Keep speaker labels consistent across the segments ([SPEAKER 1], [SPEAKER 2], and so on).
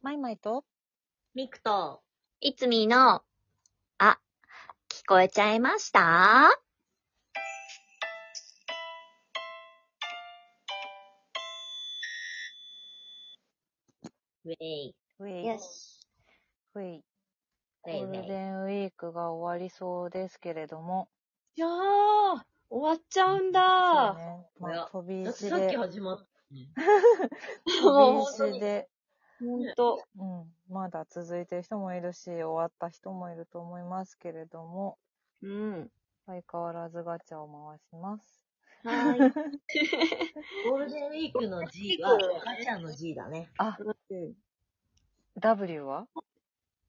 [SPEAKER 1] マイマイと、
[SPEAKER 2] ミクと、
[SPEAKER 3] いつみの、あ、聞こえちゃいました
[SPEAKER 2] ウェイ。
[SPEAKER 1] ウェイ、
[SPEAKER 3] よ
[SPEAKER 1] ウ
[SPEAKER 3] し。
[SPEAKER 1] ェイ。
[SPEAKER 2] ウ
[SPEAKER 1] ゴ
[SPEAKER 2] ェイウ
[SPEAKER 1] ール
[SPEAKER 2] ェイ。
[SPEAKER 1] デンウィークが終わりそうですけれども。
[SPEAKER 2] いやー、終わっちゃうん
[SPEAKER 1] そう
[SPEAKER 2] だ
[SPEAKER 1] ね
[SPEAKER 2] い
[SPEAKER 1] ま
[SPEAKER 2] や
[SPEAKER 1] あ、飛び
[SPEAKER 2] ー。だって
[SPEAKER 1] 石
[SPEAKER 2] さっき
[SPEAKER 1] で、
[SPEAKER 2] 始まった。もう
[SPEAKER 1] 飛び石で、
[SPEAKER 2] ほんと。
[SPEAKER 1] うん、まだ続いてる人もいるし、終わった人もいると思いますけれども、
[SPEAKER 3] うん。
[SPEAKER 1] 相変わらずガチャを回します。
[SPEAKER 3] は
[SPEAKER 2] ゴールデンウィークの G は、ガチャの G だね。
[SPEAKER 1] あ、
[SPEAKER 3] ーい。
[SPEAKER 1] W は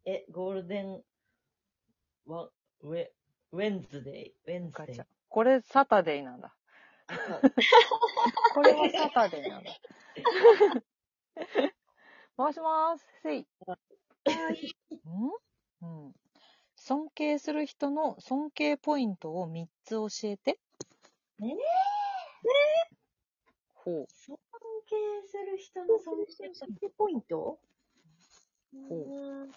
[SPEAKER 2] え、ゴールデン、わ、ウェ、ウェンズデイ、ウェンズ
[SPEAKER 1] ガ
[SPEAKER 2] デイ
[SPEAKER 1] チャ。。これサタデーなんだ。 これはサタデーなんだ。回しまーす。せい。んうん。尊敬する人の尊敬ポイントを3つ教えて。
[SPEAKER 2] えー
[SPEAKER 1] ほ
[SPEAKER 2] 尊敬する人の尊敬ポイン
[SPEAKER 1] ほ
[SPEAKER 2] ト
[SPEAKER 1] う
[SPEAKER 2] うーん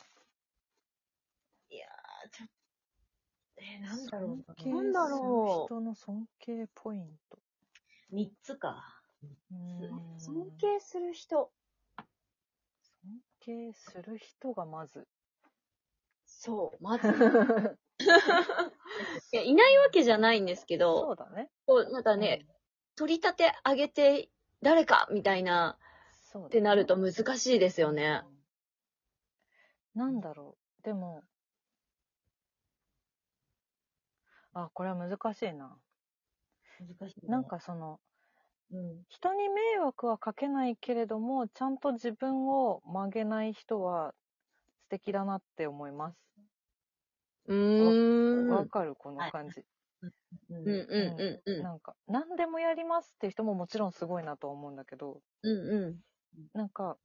[SPEAKER 2] いやー、ちょっと、えー、
[SPEAKER 1] う。
[SPEAKER 2] なんだろ
[SPEAKER 1] 尊敬する
[SPEAKER 2] うな。なんだろ
[SPEAKER 1] 人の尊敬ポイント。
[SPEAKER 2] う。三つか。
[SPEAKER 1] うーん
[SPEAKER 3] 尊敬する人。
[SPEAKER 1] 尊敬する人がま ず。
[SPEAKER 2] そう、まず。
[SPEAKER 3] いや、いないわけじゃないんですけ
[SPEAKER 1] そ
[SPEAKER 3] ど、
[SPEAKER 1] うだね。
[SPEAKER 3] こう、なんかね、取り立て上げて、誰かみたいな、
[SPEAKER 1] そうだね
[SPEAKER 3] ってなると難しいですよね。
[SPEAKER 1] うん。なんだろう。でも、あ、これは難しいな。
[SPEAKER 2] 難しい、
[SPEAKER 1] なん、かその、
[SPEAKER 2] うん。
[SPEAKER 1] 人に迷惑はかけないけれども、ちゃんと自分を曲げない人は素敵だなって思います。
[SPEAKER 3] う
[SPEAKER 1] わ
[SPEAKER 3] ーん。
[SPEAKER 1] かるこの感じ。
[SPEAKER 2] うん
[SPEAKER 3] うんうんうんうん。
[SPEAKER 1] なんか、何でもやりますって人ももちろんすごいなと思うんだけど、
[SPEAKER 3] うんうん。
[SPEAKER 1] なんか、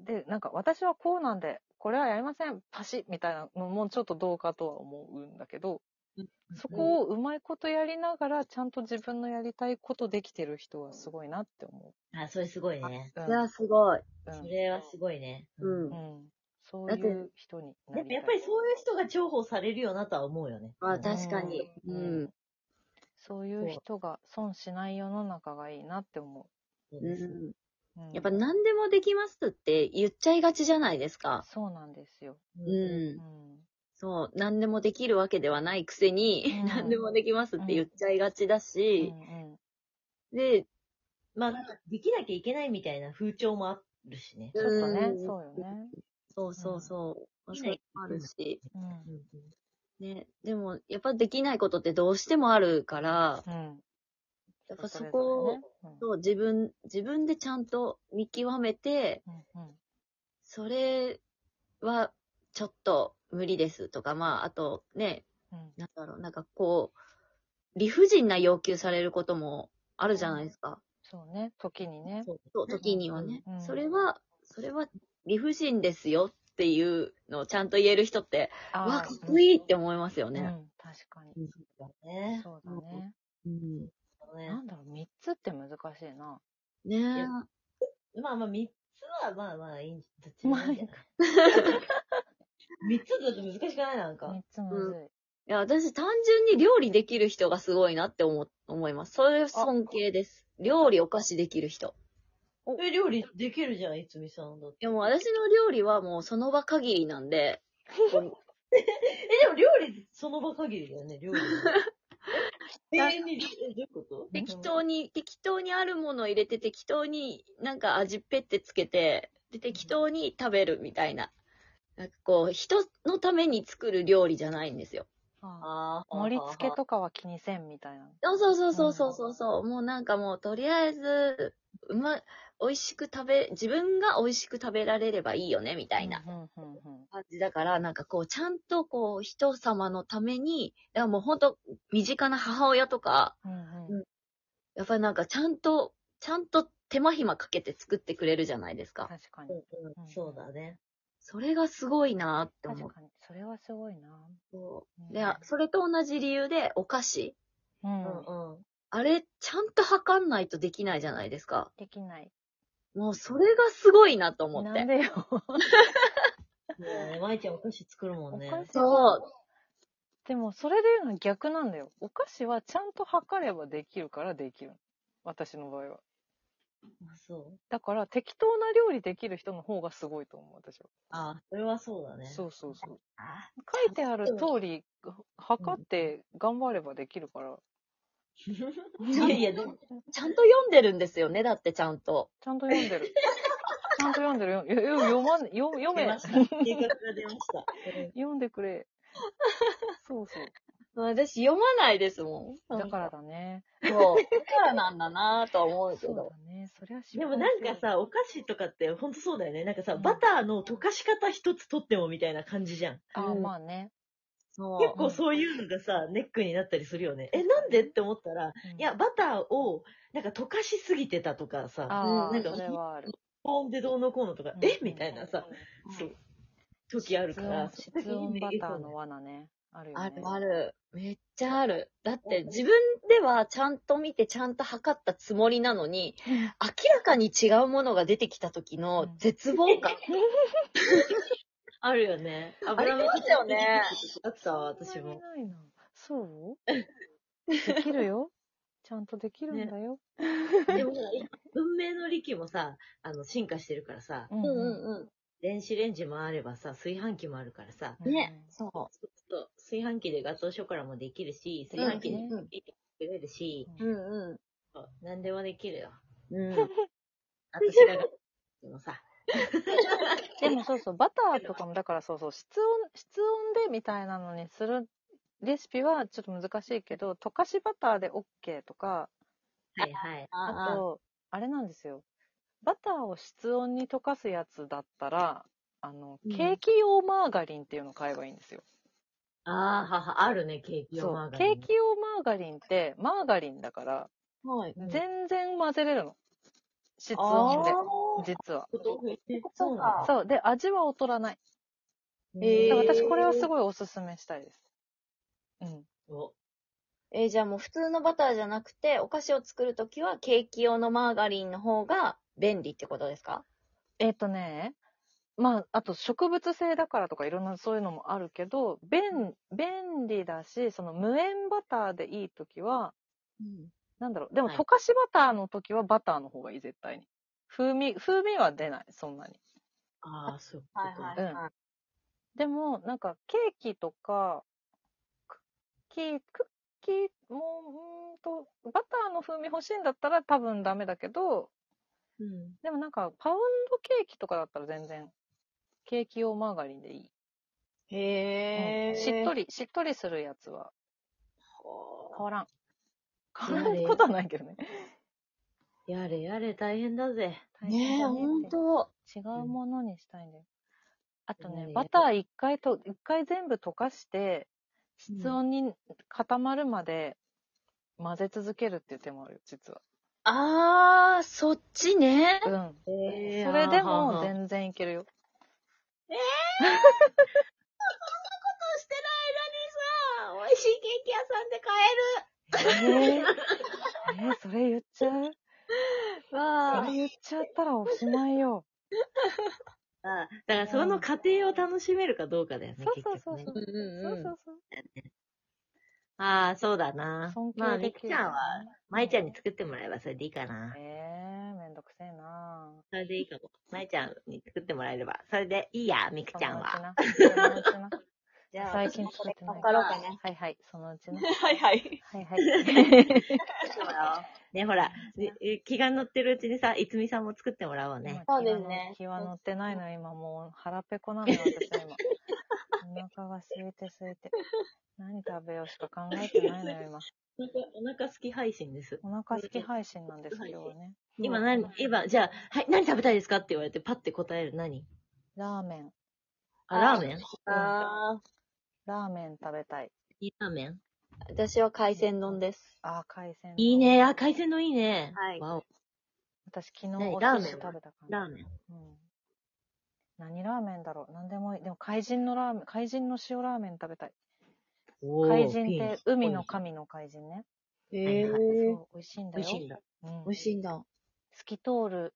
[SPEAKER 1] で、なんか私はこうなんで、これはやりません、パシッみたいなのもちょっとどうかとは思うんだけど、そこをうまいことやりながら、ちゃんと自分のやりたいことできてる人はすごいなって思
[SPEAKER 2] あ、それすごいね。
[SPEAKER 1] う。うん
[SPEAKER 3] いや、すごい。
[SPEAKER 1] うん
[SPEAKER 2] それはすごいね。
[SPEAKER 3] うん
[SPEAKER 1] うん。そう
[SPEAKER 3] だって
[SPEAKER 1] いう人になり
[SPEAKER 2] でも
[SPEAKER 1] たい。
[SPEAKER 2] やっぱりそういう人が重宝されるよなとは思うよね。
[SPEAKER 3] あ確かに。
[SPEAKER 1] う
[SPEAKER 3] うんん。
[SPEAKER 1] そういう人が損しない世の中がいいなって思
[SPEAKER 2] そうです
[SPEAKER 3] うん
[SPEAKER 1] う。うん
[SPEAKER 3] やっぱ何でもできますって言っちゃいがちじゃないですか。
[SPEAKER 1] そうなんですよ。
[SPEAKER 3] う。
[SPEAKER 1] うんん。
[SPEAKER 3] そう。何でもできるわけではないくせに、
[SPEAKER 1] うん
[SPEAKER 3] 何でもできますって言っちゃいがちだし、
[SPEAKER 1] うん
[SPEAKER 3] で、
[SPEAKER 2] まあ、なんかできなきゃいけないみたいな風潮もあるしね。
[SPEAKER 1] ちょっとね
[SPEAKER 3] う、ん
[SPEAKER 1] そうよね。
[SPEAKER 3] そうそうそ
[SPEAKER 2] う
[SPEAKER 3] う。
[SPEAKER 2] ん
[SPEAKER 3] そういうのもあるし。
[SPEAKER 1] うん
[SPEAKER 2] う。ん
[SPEAKER 3] ね。でも、やっぱできないことってどうしてもあるから、
[SPEAKER 1] うん。
[SPEAKER 3] やっぱそこを、
[SPEAKER 1] を、
[SPEAKER 3] そう自分、自分でちゃんと見極めて、
[SPEAKER 1] うんうん
[SPEAKER 3] それはちょっと無理ですとか、まあ、あとね、
[SPEAKER 1] うん
[SPEAKER 3] なんだろう、なんかこう、理不尽な要求されることもあるじゃないですか。
[SPEAKER 1] そうね、時にね。
[SPEAKER 2] そう
[SPEAKER 3] そう、時にはね
[SPEAKER 1] うん。
[SPEAKER 3] それは、それは理不尽ですよっていうのをちゃんと言える人って、
[SPEAKER 1] あー
[SPEAKER 3] わ、かっこいいって思いますよ
[SPEAKER 1] う
[SPEAKER 3] ね。
[SPEAKER 1] ん、確かに。
[SPEAKER 2] そうだね。
[SPEAKER 1] そうだね。
[SPEAKER 3] うん。
[SPEAKER 2] そうだね
[SPEAKER 1] なんだろう、3つって難しいな。
[SPEAKER 3] ね
[SPEAKER 2] い
[SPEAKER 3] え
[SPEAKER 2] や。まあまあ、三つはまあまあいいんじゃ、どっちもいいんじゃない三つだと難しくないなん か
[SPEAKER 1] 3。つむずい。
[SPEAKER 3] いや、私単純に料理できる人がすごいなって思、思います。それ尊敬です。料理お菓子できる人。
[SPEAKER 2] え、料理できるじゃん、いつみさんだって。
[SPEAKER 3] いやもう私の料理はもうその場限りなんで、
[SPEAKER 2] え、でも料理、その場限りだよね、 料理。永遠に、え、どういうこと
[SPEAKER 3] 適当に、適当にあるものを入れて適当になんか味ペッてつけて、で適当に食べるみたいな。なんかこう、人のために作る料理じゃないんですよ。
[SPEAKER 1] あー
[SPEAKER 2] あ
[SPEAKER 1] 盛り付けとかは気にせんみたいな。
[SPEAKER 3] そうそうそうそうそうそうそう、もうなんかもうとりあえず、うま、美味しく食べ、自分が美味しく食べられればいいよね、みたいな。
[SPEAKER 1] うんうんうんうん
[SPEAKER 3] 感じだから、なんかこう、ちゃんとこう、人様のために、だからもうほんと、身近な母親とか、
[SPEAKER 1] うんうん
[SPEAKER 3] うんやっぱりなんかちゃんと、ちゃんと手間暇かけて作ってくれるじゃないですか。
[SPEAKER 1] 確か
[SPEAKER 2] う
[SPEAKER 1] に。
[SPEAKER 2] んうんそうだね。
[SPEAKER 3] それがすごいなって
[SPEAKER 1] 確
[SPEAKER 3] 思う
[SPEAKER 1] かに。それはすごいな。
[SPEAKER 3] そう。
[SPEAKER 1] うん
[SPEAKER 3] で、あそれと同じ理由で、お菓子。
[SPEAKER 1] う
[SPEAKER 2] うん
[SPEAKER 1] ん。
[SPEAKER 2] うん。
[SPEAKER 3] あれ、ちゃんと測んないとできないじゃないですか。
[SPEAKER 1] できない。
[SPEAKER 3] もうそれがすごいなと思っ
[SPEAKER 1] な
[SPEAKER 3] て
[SPEAKER 1] ん。でよ。
[SPEAKER 2] もうね、舞ちゃんお菓子作るもんね
[SPEAKER 1] お。菓子
[SPEAKER 3] そう。
[SPEAKER 1] でも、それで言うのは逆なんだよ。お菓子はちゃんと測ればできるからできる。私の場合は。
[SPEAKER 2] あそう。
[SPEAKER 1] だから、適当な料理できる人の方がすごいと思う、私は。
[SPEAKER 2] あそれはそうだね。
[SPEAKER 1] そうそうそう。
[SPEAKER 2] あ
[SPEAKER 1] 書いてある通り、測って頑張ればできるから。
[SPEAKER 3] い
[SPEAKER 2] い
[SPEAKER 3] や
[SPEAKER 2] や
[SPEAKER 3] い
[SPEAKER 2] い
[SPEAKER 3] や
[SPEAKER 2] や、
[SPEAKER 3] で
[SPEAKER 2] で
[SPEAKER 3] も
[SPEAKER 2] も、
[SPEAKER 3] ちゃんと読んでるんですよね、だってちゃんと。
[SPEAKER 1] ちゃんと読ん でる。ちゃんと読んでる。よよ読まん、よ読
[SPEAKER 2] 出
[SPEAKER 1] め。
[SPEAKER 2] ました。計画が出ました。
[SPEAKER 1] 読んでくれ。そうそう。
[SPEAKER 3] 私読まないですもん。
[SPEAKER 1] だからだね。
[SPEAKER 3] そう。だからなんだなぁとは思うけ
[SPEAKER 1] そう
[SPEAKER 3] ど。
[SPEAKER 1] だね。そりゃ失
[SPEAKER 2] で
[SPEAKER 1] 敗
[SPEAKER 2] もなん
[SPEAKER 1] する
[SPEAKER 2] か、さ、お菓子とかってほんとそうだよね。なんかさ、
[SPEAKER 1] うん
[SPEAKER 2] バターの溶かし方一つとってもみたいな感じじゃん。
[SPEAKER 1] あ
[SPEAKER 3] うん
[SPEAKER 1] まあね。
[SPEAKER 3] そ
[SPEAKER 2] 結
[SPEAKER 3] う。
[SPEAKER 2] 構そういうのがさ、ネックになったりするよね。え、なんでって思ったら、
[SPEAKER 1] うん
[SPEAKER 2] いや、、バターを、なんか溶かしすぎてたとかさ、
[SPEAKER 1] ああ、
[SPEAKER 2] うんなんか
[SPEAKER 1] それはある。
[SPEAKER 2] 保温でどうのこうのとか、えみたいなさ、
[SPEAKER 3] うん
[SPEAKER 2] そう、時あるから。
[SPEAKER 1] 室温室温バターの罠ね。あるよ
[SPEAKER 3] あ
[SPEAKER 1] ね。
[SPEAKER 3] るある。めっちゃある。だって自分ではちゃんと見てちゃんと測ったつもりなのに、明らかに違うものが出てきた時の絶望感。
[SPEAKER 2] あるよね。
[SPEAKER 3] ありますよね。
[SPEAKER 2] あったわ、私
[SPEAKER 1] そん
[SPEAKER 2] も。
[SPEAKER 1] なにないな。そう できるよ。ちゃんとできるんだよ。
[SPEAKER 2] でもさ、文明の利器もさ、あの、進化してるからさ、
[SPEAKER 1] うん
[SPEAKER 3] う
[SPEAKER 1] うんん
[SPEAKER 3] うん
[SPEAKER 2] 電子レンジもあればさ、炊飯器もあるからさ、
[SPEAKER 3] うん。ね、そ
[SPEAKER 2] そうそう炊飯器でガトーショコラもできるし、
[SPEAKER 3] う。
[SPEAKER 2] 炊飯器で
[SPEAKER 1] うん
[SPEAKER 2] 作れるし、
[SPEAKER 3] うんう
[SPEAKER 2] そう何でもできるよ。
[SPEAKER 3] ん。 うん。
[SPEAKER 2] 私らが、でもさ、
[SPEAKER 1] でもそうそう、バターとかも、だからそうそう、室温、室温でみたいなのにするレシピはちょっと難しいけど、溶かしバターで OK とか、
[SPEAKER 2] はいはい。
[SPEAKER 1] あ
[SPEAKER 3] ああ。
[SPEAKER 1] と、あれなんですよ。バターを室温に溶かすやつだったら、あの
[SPEAKER 2] う、ん
[SPEAKER 1] ケーキ用マーガリンっていうのを買えばいいんですよ。
[SPEAKER 2] ああ、はは、あるね、ケーキ
[SPEAKER 1] そ
[SPEAKER 2] 用マ
[SPEAKER 1] う
[SPEAKER 2] ー。ガ
[SPEAKER 1] ケ
[SPEAKER 2] リ
[SPEAKER 1] ー
[SPEAKER 2] ン。
[SPEAKER 1] キ用マーガリンって、マーガリンだから、
[SPEAKER 3] はい。
[SPEAKER 2] うん
[SPEAKER 1] 全然混ぜれるの。室温で
[SPEAKER 3] あ。
[SPEAKER 1] 実は。
[SPEAKER 3] あ。
[SPEAKER 2] そうなんだ。
[SPEAKER 1] そう。で、味は劣らない。
[SPEAKER 3] へ
[SPEAKER 1] だ
[SPEAKER 3] ー
[SPEAKER 1] から私これはすごいおすすめしたいです。うん。
[SPEAKER 2] お
[SPEAKER 3] えーじゃあもう普通のバターじゃなくて、お菓子を作るときはケーキ用のマーガリンの方が便利ってことですか
[SPEAKER 1] えっ、とね、まあ、あと植物性だからとかいろんなそういうのもあるけど、便、便利だし、その無塩バターでいいときは、
[SPEAKER 3] うん。
[SPEAKER 1] なんだろう、でも
[SPEAKER 2] はい
[SPEAKER 1] 溶かしバターのときはバターの方がいい、絶対に。風味、風味は出ない、そんなに。
[SPEAKER 2] ああ、そういうこと
[SPEAKER 3] はい
[SPEAKER 2] か。
[SPEAKER 3] はいはい。
[SPEAKER 1] でも、なんか、ケーキとか、クッキー、クッキーも、うーんと、バターの風味欲しいんだったら多分ダメだけど、
[SPEAKER 2] うん
[SPEAKER 1] でもなんか、パウンドケーキとかだったら全然、ケーキ用マーガリンでいい。う
[SPEAKER 3] へえ。
[SPEAKER 1] んしっと
[SPEAKER 3] り。
[SPEAKER 1] り、しっとりするやつは変わらん。
[SPEAKER 2] い
[SPEAKER 1] 変
[SPEAKER 2] や
[SPEAKER 1] わることはないけどね。
[SPEAKER 2] やれやれ、大変だぜ。
[SPEAKER 3] ねえ、
[SPEAKER 1] 大
[SPEAKER 3] ほ
[SPEAKER 1] 変
[SPEAKER 3] ん
[SPEAKER 1] だね
[SPEAKER 3] と。
[SPEAKER 1] 違うものにしたいんだよ。あとね
[SPEAKER 2] う、ん
[SPEAKER 1] バター一回と、一回全部溶かして、室温に固まるまで混ぜ続けるっていう手もあるよ、実は。
[SPEAKER 3] あー、そっちね。
[SPEAKER 1] うん。
[SPEAKER 2] え
[SPEAKER 1] それでも
[SPEAKER 2] 全
[SPEAKER 1] 全然いけるよ。
[SPEAKER 3] してる間にさ、美味しいケーキ屋さんで 買
[SPEAKER 1] えー、えーそれ言っちゃう
[SPEAKER 3] える。わ
[SPEAKER 1] それ言っちゃったらおしまいよ。
[SPEAKER 2] あだからその過程を楽しめるかどうかだよね。
[SPEAKER 1] そうそうそう
[SPEAKER 2] 結
[SPEAKER 1] そう。
[SPEAKER 2] 局ね
[SPEAKER 3] うんうん。
[SPEAKER 1] そううんそうそう。
[SPEAKER 2] ああ、そうだな。
[SPEAKER 1] 尊
[SPEAKER 2] ま
[SPEAKER 1] 敬
[SPEAKER 2] あ、み
[SPEAKER 1] で
[SPEAKER 2] っ
[SPEAKER 1] き
[SPEAKER 2] ち
[SPEAKER 1] る。
[SPEAKER 2] ゃんは、まいちゃんに作ってもらえばそれでいいかな
[SPEAKER 1] え。ー、めんどくせえな
[SPEAKER 2] それでいいかも。まいちゃんに作ってもらえれば、それでいいや、みくちゃんは。
[SPEAKER 1] は。そのうち な。
[SPEAKER 3] じゃあ、
[SPEAKER 1] 最近
[SPEAKER 3] 私もこ
[SPEAKER 1] 作っ
[SPEAKER 3] れ
[SPEAKER 1] てない
[SPEAKER 3] 頑張ろうかな。
[SPEAKER 1] はいはい、そのうちな。
[SPEAKER 3] はいはい。
[SPEAKER 1] はい はい。
[SPEAKER 2] ね、ほら、え気が乗ってるうちにさ、いつみさんも作ってもらおうね。
[SPEAKER 1] 今
[SPEAKER 3] そうですね
[SPEAKER 1] 気は乗ってないのよ、今もう腹ペコなのよ、私は今。お腹が空いて空いて。何食べようしか考えてないのよ、今。
[SPEAKER 2] お腹お腹好き配信です。
[SPEAKER 1] お腹空き配信なんです、今日はね。
[SPEAKER 2] 今何、今、じゃあ、はい、何食べたいですかって言われて、パッて答える何
[SPEAKER 1] ラーメン。
[SPEAKER 2] あ、ラーメン
[SPEAKER 3] あ
[SPEAKER 1] ラーメン食べたい。
[SPEAKER 2] いいラーメン
[SPEAKER 3] ー、私は海鮮丼です。
[SPEAKER 1] あー、海鮮。
[SPEAKER 2] いい。ね。あ、海鮮のいいね。
[SPEAKER 3] はい
[SPEAKER 2] わお。
[SPEAKER 1] 私昨日
[SPEAKER 2] ね
[SPEAKER 1] お
[SPEAKER 2] ラー
[SPEAKER 1] 寿
[SPEAKER 2] メン
[SPEAKER 1] 司食べたから。
[SPEAKER 2] ラーメン。
[SPEAKER 1] うん。何ラーメンだろう何でもいい。でも海人のラーメン、海人の塩ラーメン食べたい。
[SPEAKER 2] おー
[SPEAKER 1] 海人って
[SPEAKER 2] ピン
[SPEAKER 1] 海の神の海人ね。
[SPEAKER 3] へえ。
[SPEAKER 1] そう、美味しいんだ
[SPEAKER 2] 美
[SPEAKER 1] よ。
[SPEAKER 2] 味しいんだ。
[SPEAKER 1] うん
[SPEAKER 3] 美味しいんだ。
[SPEAKER 1] 透き通る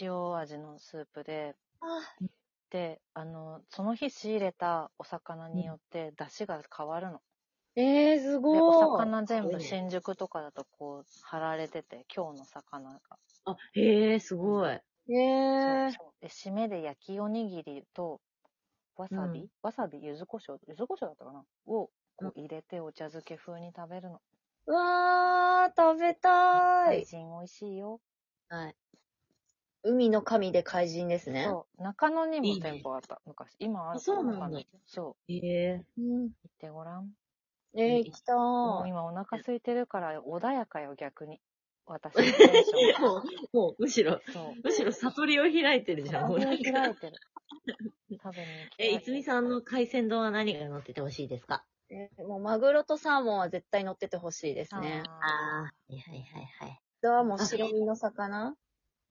[SPEAKER 1] 塩味のスープで、
[SPEAKER 3] あ
[SPEAKER 1] で、あの、その日仕入れたお魚によって出汁が変わるの。
[SPEAKER 3] えー、す
[SPEAKER 1] で、
[SPEAKER 3] ごい。
[SPEAKER 1] お魚全
[SPEAKER 2] すご
[SPEAKER 1] 部
[SPEAKER 2] いね
[SPEAKER 1] 新宿とかだとこう、貼られてて、今日の魚が。
[SPEAKER 2] あ、へえ、すごい。
[SPEAKER 1] そう
[SPEAKER 3] えー、
[SPEAKER 1] そうで、締めで焼きおにぎりと、わさび、
[SPEAKER 2] うん
[SPEAKER 1] わさび、柚子胡椒、柚子胡椒だったかなをこう入れてお茶漬け風に食べるの。
[SPEAKER 3] うわー、食べた
[SPEAKER 1] 海
[SPEAKER 3] い。
[SPEAKER 1] 人美味しいよ。
[SPEAKER 3] はい。海の神で怪人ですね。
[SPEAKER 1] そう。中野に
[SPEAKER 2] い
[SPEAKER 1] も
[SPEAKER 2] いね
[SPEAKER 1] 店舗あった、昔。今ある
[SPEAKER 2] あそうなん
[SPEAKER 1] 中
[SPEAKER 2] だ
[SPEAKER 1] 野そう。
[SPEAKER 2] へえ。
[SPEAKER 3] うん、
[SPEAKER 1] 行ってごらん。
[SPEAKER 3] えー、行きた
[SPEAKER 1] もう
[SPEAKER 3] い。
[SPEAKER 1] 今お腹空いてるから穏やかよ、逆に。私 のテンションが。
[SPEAKER 2] もう、もう、むしろ、
[SPEAKER 1] そう。
[SPEAKER 2] むしろ悟りを開いてるじゃん、もう
[SPEAKER 1] 悟り
[SPEAKER 2] なん
[SPEAKER 1] を開
[SPEAKER 2] か。
[SPEAKER 1] いてる。食べに行きた
[SPEAKER 2] え、いつみさんの海鮮丼は何が乗っててほしいですか
[SPEAKER 3] えーもうマグロとサーモンは絶対乗っててほしいですね。あ
[SPEAKER 1] あ
[SPEAKER 2] あー、はいはいはいはい。
[SPEAKER 3] とはもう白身の魚。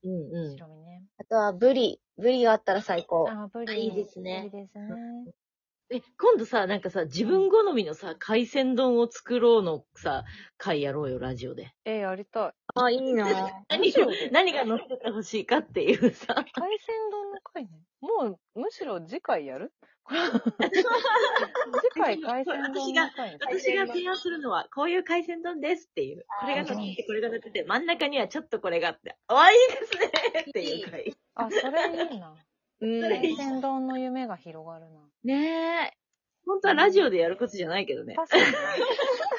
[SPEAKER 2] うん
[SPEAKER 1] ー
[SPEAKER 2] う
[SPEAKER 1] 白身ね。
[SPEAKER 3] あとはブリ。ブリがあったら最高。
[SPEAKER 1] あー、ブ
[SPEAKER 2] あ
[SPEAKER 1] リ。
[SPEAKER 2] いいですね
[SPEAKER 1] いいですね。
[SPEAKER 2] ん。え、今度さ、なんかさ、自分好みのさ、海鮮丼を作ろうのさ、回やろうよ、ラジオで。
[SPEAKER 1] えー、やりたい。
[SPEAKER 3] あ、いいなぁ。
[SPEAKER 1] ラジ
[SPEAKER 2] 何が
[SPEAKER 1] オで、
[SPEAKER 2] 何が乗っててほしいかっていうさ。
[SPEAKER 1] 海鮮丼の回ね。もう、むしろ次回 やる次回海鮮丼の回ね。
[SPEAKER 2] 私が提案するのは、こういう海鮮丼ですっていう。これが乗ってて、これが乗ってて、真ん中にはちょっとこれがあって、あわいいですねっていう 回。
[SPEAKER 1] あ、それいいな。
[SPEAKER 2] う
[SPEAKER 1] 海
[SPEAKER 2] ん。
[SPEAKER 1] 鮮丼の夢が広がる
[SPEAKER 2] ねえ。本当はラジオでやることじゃないけどね
[SPEAKER 1] な。。確かに ね。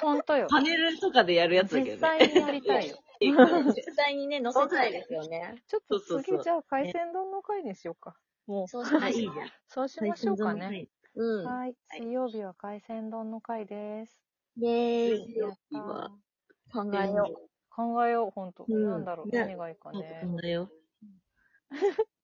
[SPEAKER 1] ほんとよ。
[SPEAKER 2] パネルとかでやるやつだけ
[SPEAKER 1] 実
[SPEAKER 2] どね。
[SPEAKER 1] 際にやりたいよ。
[SPEAKER 3] 実際にね、乗せたいですよね。
[SPEAKER 1] ちょっと
[SPEAKER 2] そうそうそう
[SPEAKER 1] 次じゃあ海鮮丼の回にしようか。もう、
[SPEAKER 3] そうしま
[SPEAKER 2] あいい
[SPEAKER 3] し
[SPEAKER 2] じ
[SPEAKER 3] ょ
[SPEAKER 2] ゃん。
[SPEAKER 1] そうしましょうかね。
[SPEAKER 3] う。うん。
[SPEAKER 1] はい。水曜日は海鮮丼の回です。
[SPEAKER 3] イェー
[SPEAKER 2] 水曜
[SPEAKER 3] イ。
[SPEAKER 2] 日
[SPEAKER 1] やったー
[SPEAKER 2] は
[SPEAKER 3] 考えよう。
[SPEAKER 1] 考えよう、ほんと。
[SPEAKER 2] うん
[SPEAKER 1] なんだろう、
[SPEAKER 2] ね
[SPEAKER 1] 何がいいか
[SPEAKER 2] なん
[SPEAKER 1] ね
[SPEAKER 2] か。考えよう。